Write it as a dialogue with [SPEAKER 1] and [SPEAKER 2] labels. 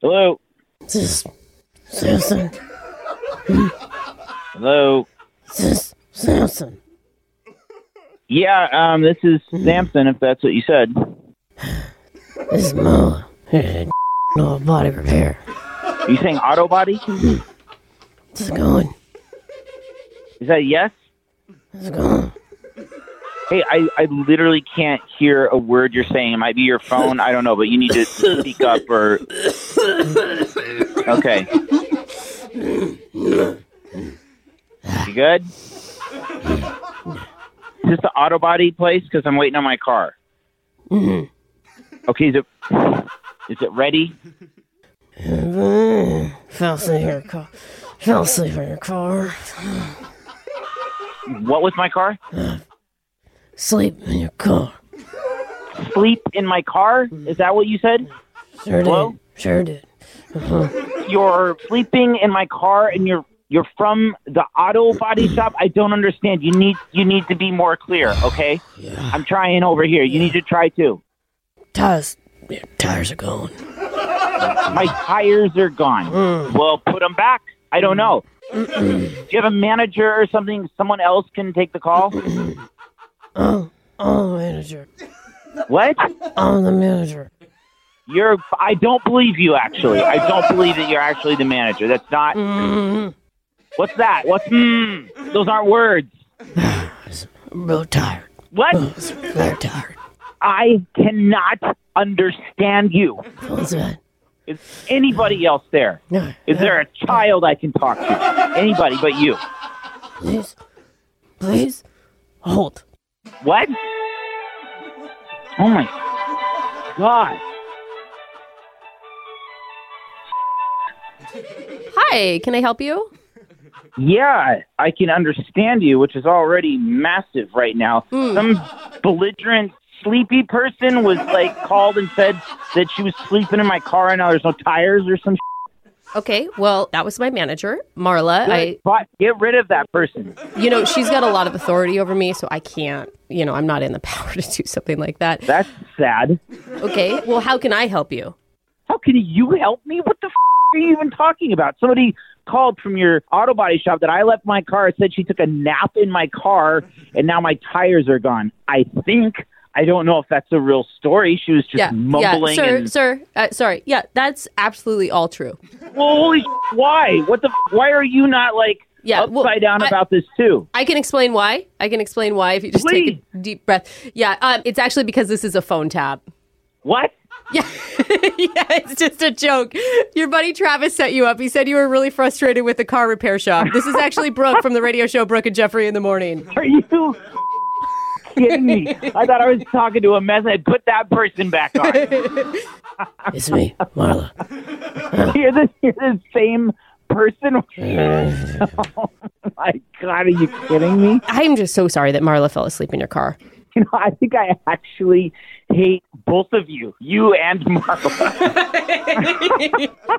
[SPEAKER 1] Hello.
[SPEAKER 2] This is Susan.
[SPEAKER 1] Hello.
[SPEAKER 2] This is Susan.
[SPEAKER 1] Yeah, um, this is Samson, if that's what you said.
[SPEAKER 2] This is Mo. Here's a old body repair.
[SPEAKER 1] Are you saying auto body?
[SPEAKER 2] It's going.
[SPEAKER 1] Is that yes?
[SPEAKER 2] It's going.
[SPEAKER 1] Hey, I, I literally can't hear a word you're saying. It might be your phone. I don't know, but you need to speak up or. Okay. You good? Is this the auto body place? Because I'm waiting on my car. Okay, is it is it ready?
[SPEAKER 2] Mm, Fell asleep in your car. Fell asleep in your car.
[SPEAKER 1] What was my car?
[SPEAKER 2] Sleep in your car.
[SPEAKER 1] Sleep in my car? Is that what you said?
[SPEAKER 2] Sure
[SPEAKER 1] Hello?
[SPEAKER 2] did. Sure did. Uh-huh.
[SPEAKER 1] you're sleeping in my car and you're you're from the auto body shop. I don't understand. You need you need to be more clear, okay? I'm trying over here. You need to try too.
[SPEAKER 2] Tires. Your tires are going.
[SPEAKER 1] My tires are gone. Well, put them back. I don't know. Do you have a manager or something? Someone else can take the call.
[SPEAKER 2] Oh, I'm the manager.
[SPEAKER 1] What?
[SPEAKER 2] I'm the manager.
[SPEAKER 1] You're I don't believe you actually. I don't believe that you're actually the manager. That's not What's that? What's mm, Those aren't words.
[SPEAKER 2] I'm real tired.
[SPEAKER 1] What?
[SPEAKER 2] It's very tired.
[SPEAKER 1] I cannot understand you.
[SPEAKER 2] Feels bad.
[SPEAKER 1] Is anybody else there?
[SPEAKER 2] No.
[SPEAKER 1] Is there a child I can talk to? Anybody but you.
[SPEAKER 2] Please. Please. Hold.
[SPEAKER 1] What? Oh my God.
[SPEAKER 3] Hi, can I help you?
[SPEAKER 1] Yeah, I can understand you, which is already massive right now. Some belligerent, sleepy person was like called and said that she was sleeping in my car and now there's no tires or some
[SPEAKER 3] Okay, well, that was my manager, Marla. I,
[SPEAKER 1] shit. But get rid of that person.
[SPEAKER 3] you know, she's got a lot of authority over me, so I can't, you know, I'm not in the power to do something like that.
[SPEAKER 1] That's sad.
[SPEAKER 3] Okay, well, how can I help you?
[SPEAKER 1] How can you help me? What the f- are you even talking about? Somebody called from your auto body shop that I left my car. Said she took a nap in my car, and now my tires are gone. I think I don't know if that's a real story. She was just
[SPEAKER 3] Yeah, yeah,
[SPEAKER 1] mumbling.
[SPEAKER 3] sir,
[SPEAKER 1] and,
[SPEAKER 3] sir, uh, sorry. Yeah, that's absolutely all true.
[SPEAKER 1] Well, holy, sh- why? What the? F- why are you not like
[SPEAKER 3] Yeah,
[SPEAKER 1] upside
[SPEAKER 3] well,
[SPEAKER 1] down
[SPEAKER 3] I-
[SPEAKER 1] about this too?
[SPEAKER 3] I can explain why. I can explain why if you just take a deep breath. Yeah, um, it's actually because this is a phone tab.
[SPEAKER 1] What?
[SPEAKER 3] Yeah. yeah, it's just a joke. Your buddy Travis set you up. He said you were really frustrated with the car repair shop. This is actually Brooke from the radio show Brooke and Jeffrey in the Morning.
[SPEAKER 1] Are you? Kidding me? I thought I was talking to a mess. I put that person back on.
[SPEAKER 2] It's me, Marla.
[SPEAKER 1] You're the, you're the same person. oh my god! Are you kidding me?
[SPEAKER 3] I'm just so sorry that Marla fell asleep in your car.
[SPEAKER 1] you know, I think I actually hate both of you, you and Marla.